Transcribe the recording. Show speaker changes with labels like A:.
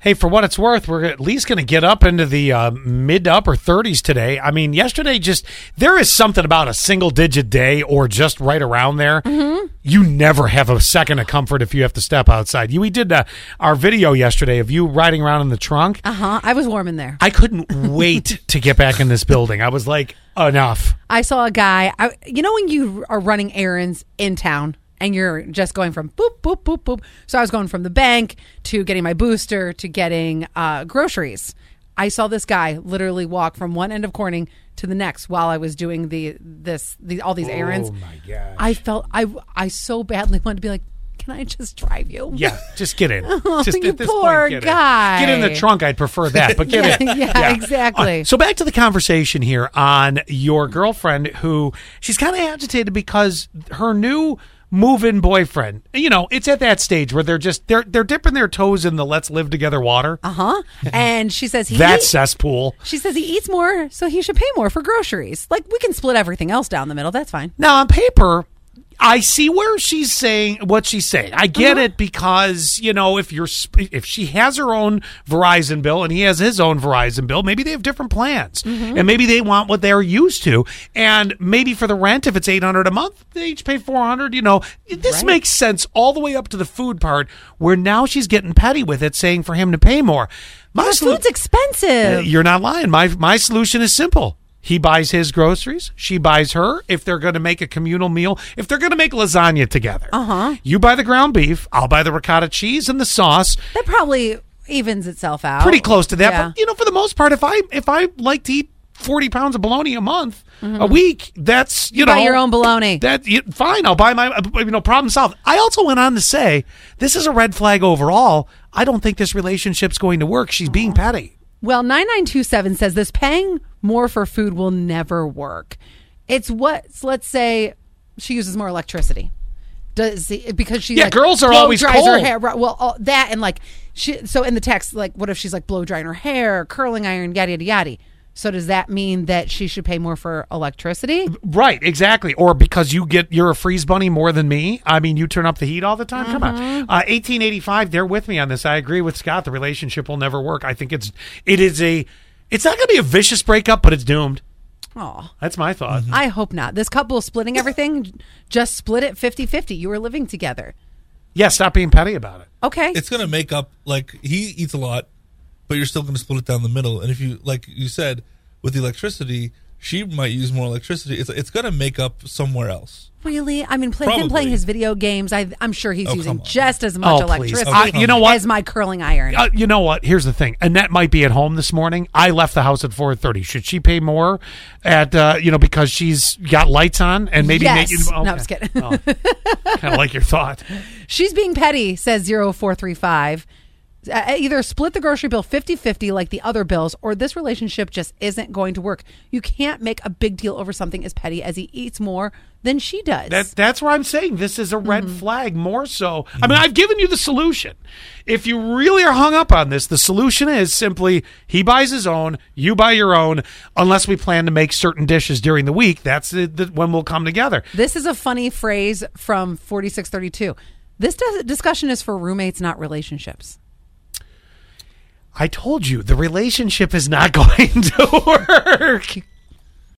A: Hey, for what it's worth, we're at least going to get up into the uh, mid to upper 30s today. I mean, yesterday just there is something about a single digit day or just right around there.
B: Mm-hmm.
A: You never have a second of comfort if you have to step outside. You, we did uh, our video yesterday of you riding around in the trunk.
B: Uh huh. I was warm in there.
A: I couldn't wait to get back in this building. I was like, enough.
B: I saw a guy. I, you know when you are running errands in town and you're just going from boop boop boop boop. So I was going from the bank to getting my booster to getting uh, groceries. I saw this guy literally walk from one end of Corning to the next while I was doing the this the, all these errands.
A: Oh my gosh.
B: I felt I I so badly wanted to be like, can I just drive you?
A: Yeah, just get in. just
B: you poor
A: get
B: guy.
A: In. Get in the trunk. I'd prefer that, but get
B: Yeah,
A: in.
B: yeah, exactly.
A: Uh, So back to the conversation here on your girlfriend, who she's kind of agitated because her new move-in boyfriend. You know, it's at that stage where they're just they're they're dipping their toes in the let's live together water.
B: Uh huh. And she says he
A: that cesspool.
B: She says he eats more, so he should pay more for groceries. Like we can split everything else down the middle. That's fine.
A: Now on paper, I see where she's saying what she's saying. I get it because you know if you're sp- if she has her own Verizon bill and he has his own Verizon bill, maybe they have different plans and maybe they want what they're used to. And maybe for the rent, if it's eight hundred a month, they each pay four hundred. You know, this makes sense all the way up to the food part, where now she's getting petty with it, saying for him to pay more. My
B: This
A: solu-
B: food's expensive.
A: Uh, you're not lying. My my solution is simple. He buys his groceries, she buys her. If they're going to make a communal meal, if they're going to make lasagna together, uh-huh. you buy the ground beef, I'll buy the ricotta cheese and the sauce.
B: that probably evens itself out.
A: Pretty close to that,
B: Oh, Yeah.
A: but you know, for the most part, if I if I like to eat forty pounds of bologna a month, a week, that's you, know
B: Mm-hmm. buy your own bologna.
A: That you, fine, I'll buy my uh, you know problem solved. I also went on to say this is a red flag overall. I don't think this relationship's going to work. She's being petty.
B: well, nine nine two seven says this: paying more for food will never work. It's what let's say she uses more electricity. Does he, because she
A: Yeah,
B: like,
A: girls are
B: blow
A: always
B: dries her
A: cold.
B: hair right, well all, that and like she so in the text like what if she's like blow drying her hair curling iron yada yada yada so does that mean that she should pay more for electricity
A: Right, exactly. Or because you get you're a freeze bunny more than me. I mean, you turn up the heat all the time. Come on,
B: Mm-hmm.
A: uh, eighteen eighty five. They're with me on this. I agree with Scott. The relationship will never work. I think it's it is a it's not going to be a vicious breakup, but it's doomed.
B: oh
A: That's my thought.
B: I hope not. This couple splitting everything, just split it 50 50. You were living together.
A: Yeah, stop being petty about it.
B: Okay.
C: it's gonna make up like he eats a lot, but you're still gonna split it down the middle. And if you like you said with the electricity, she might use more electricity. It's it's gonna make up somewhere else.
B: really? I mean, play, him
C: Probably.
B: playing his video games, I, I'm sure he's
C: Oh, come
B: using
C: on.
B: just as much
A: Oh, please.
B: electricity
A: I- you know what?
B: as my curling iron.
A: Uh, you know what? Here's the thing. Annette might be at home this morning. I left the house at four thirty. Should she pay more at uh, you know because she's got lights on and maybe
B: yes.
A: make-
B: No, I'm just kidding.
A: kind of like your thought.
B: She's being petty, says 0435. Uh, either split the grocery bill 50 50 like the other bills, or this relationship just isn't going to work. You can't make a big deal over something as petty as he eats more than she does.
A: That, that's where I'm saying this is a red flag more so. I mean, I've given you the solution. If you really are hung up on this, the solution is simply he buys his own, you buy your own, unless we plan to make certain dishes during the week. That's the, the, when we'll come together.
B: This is a funny phrase from 4632. This dis- discussion is for roommates, not relationships.
A: I told you the relationship is not going to work.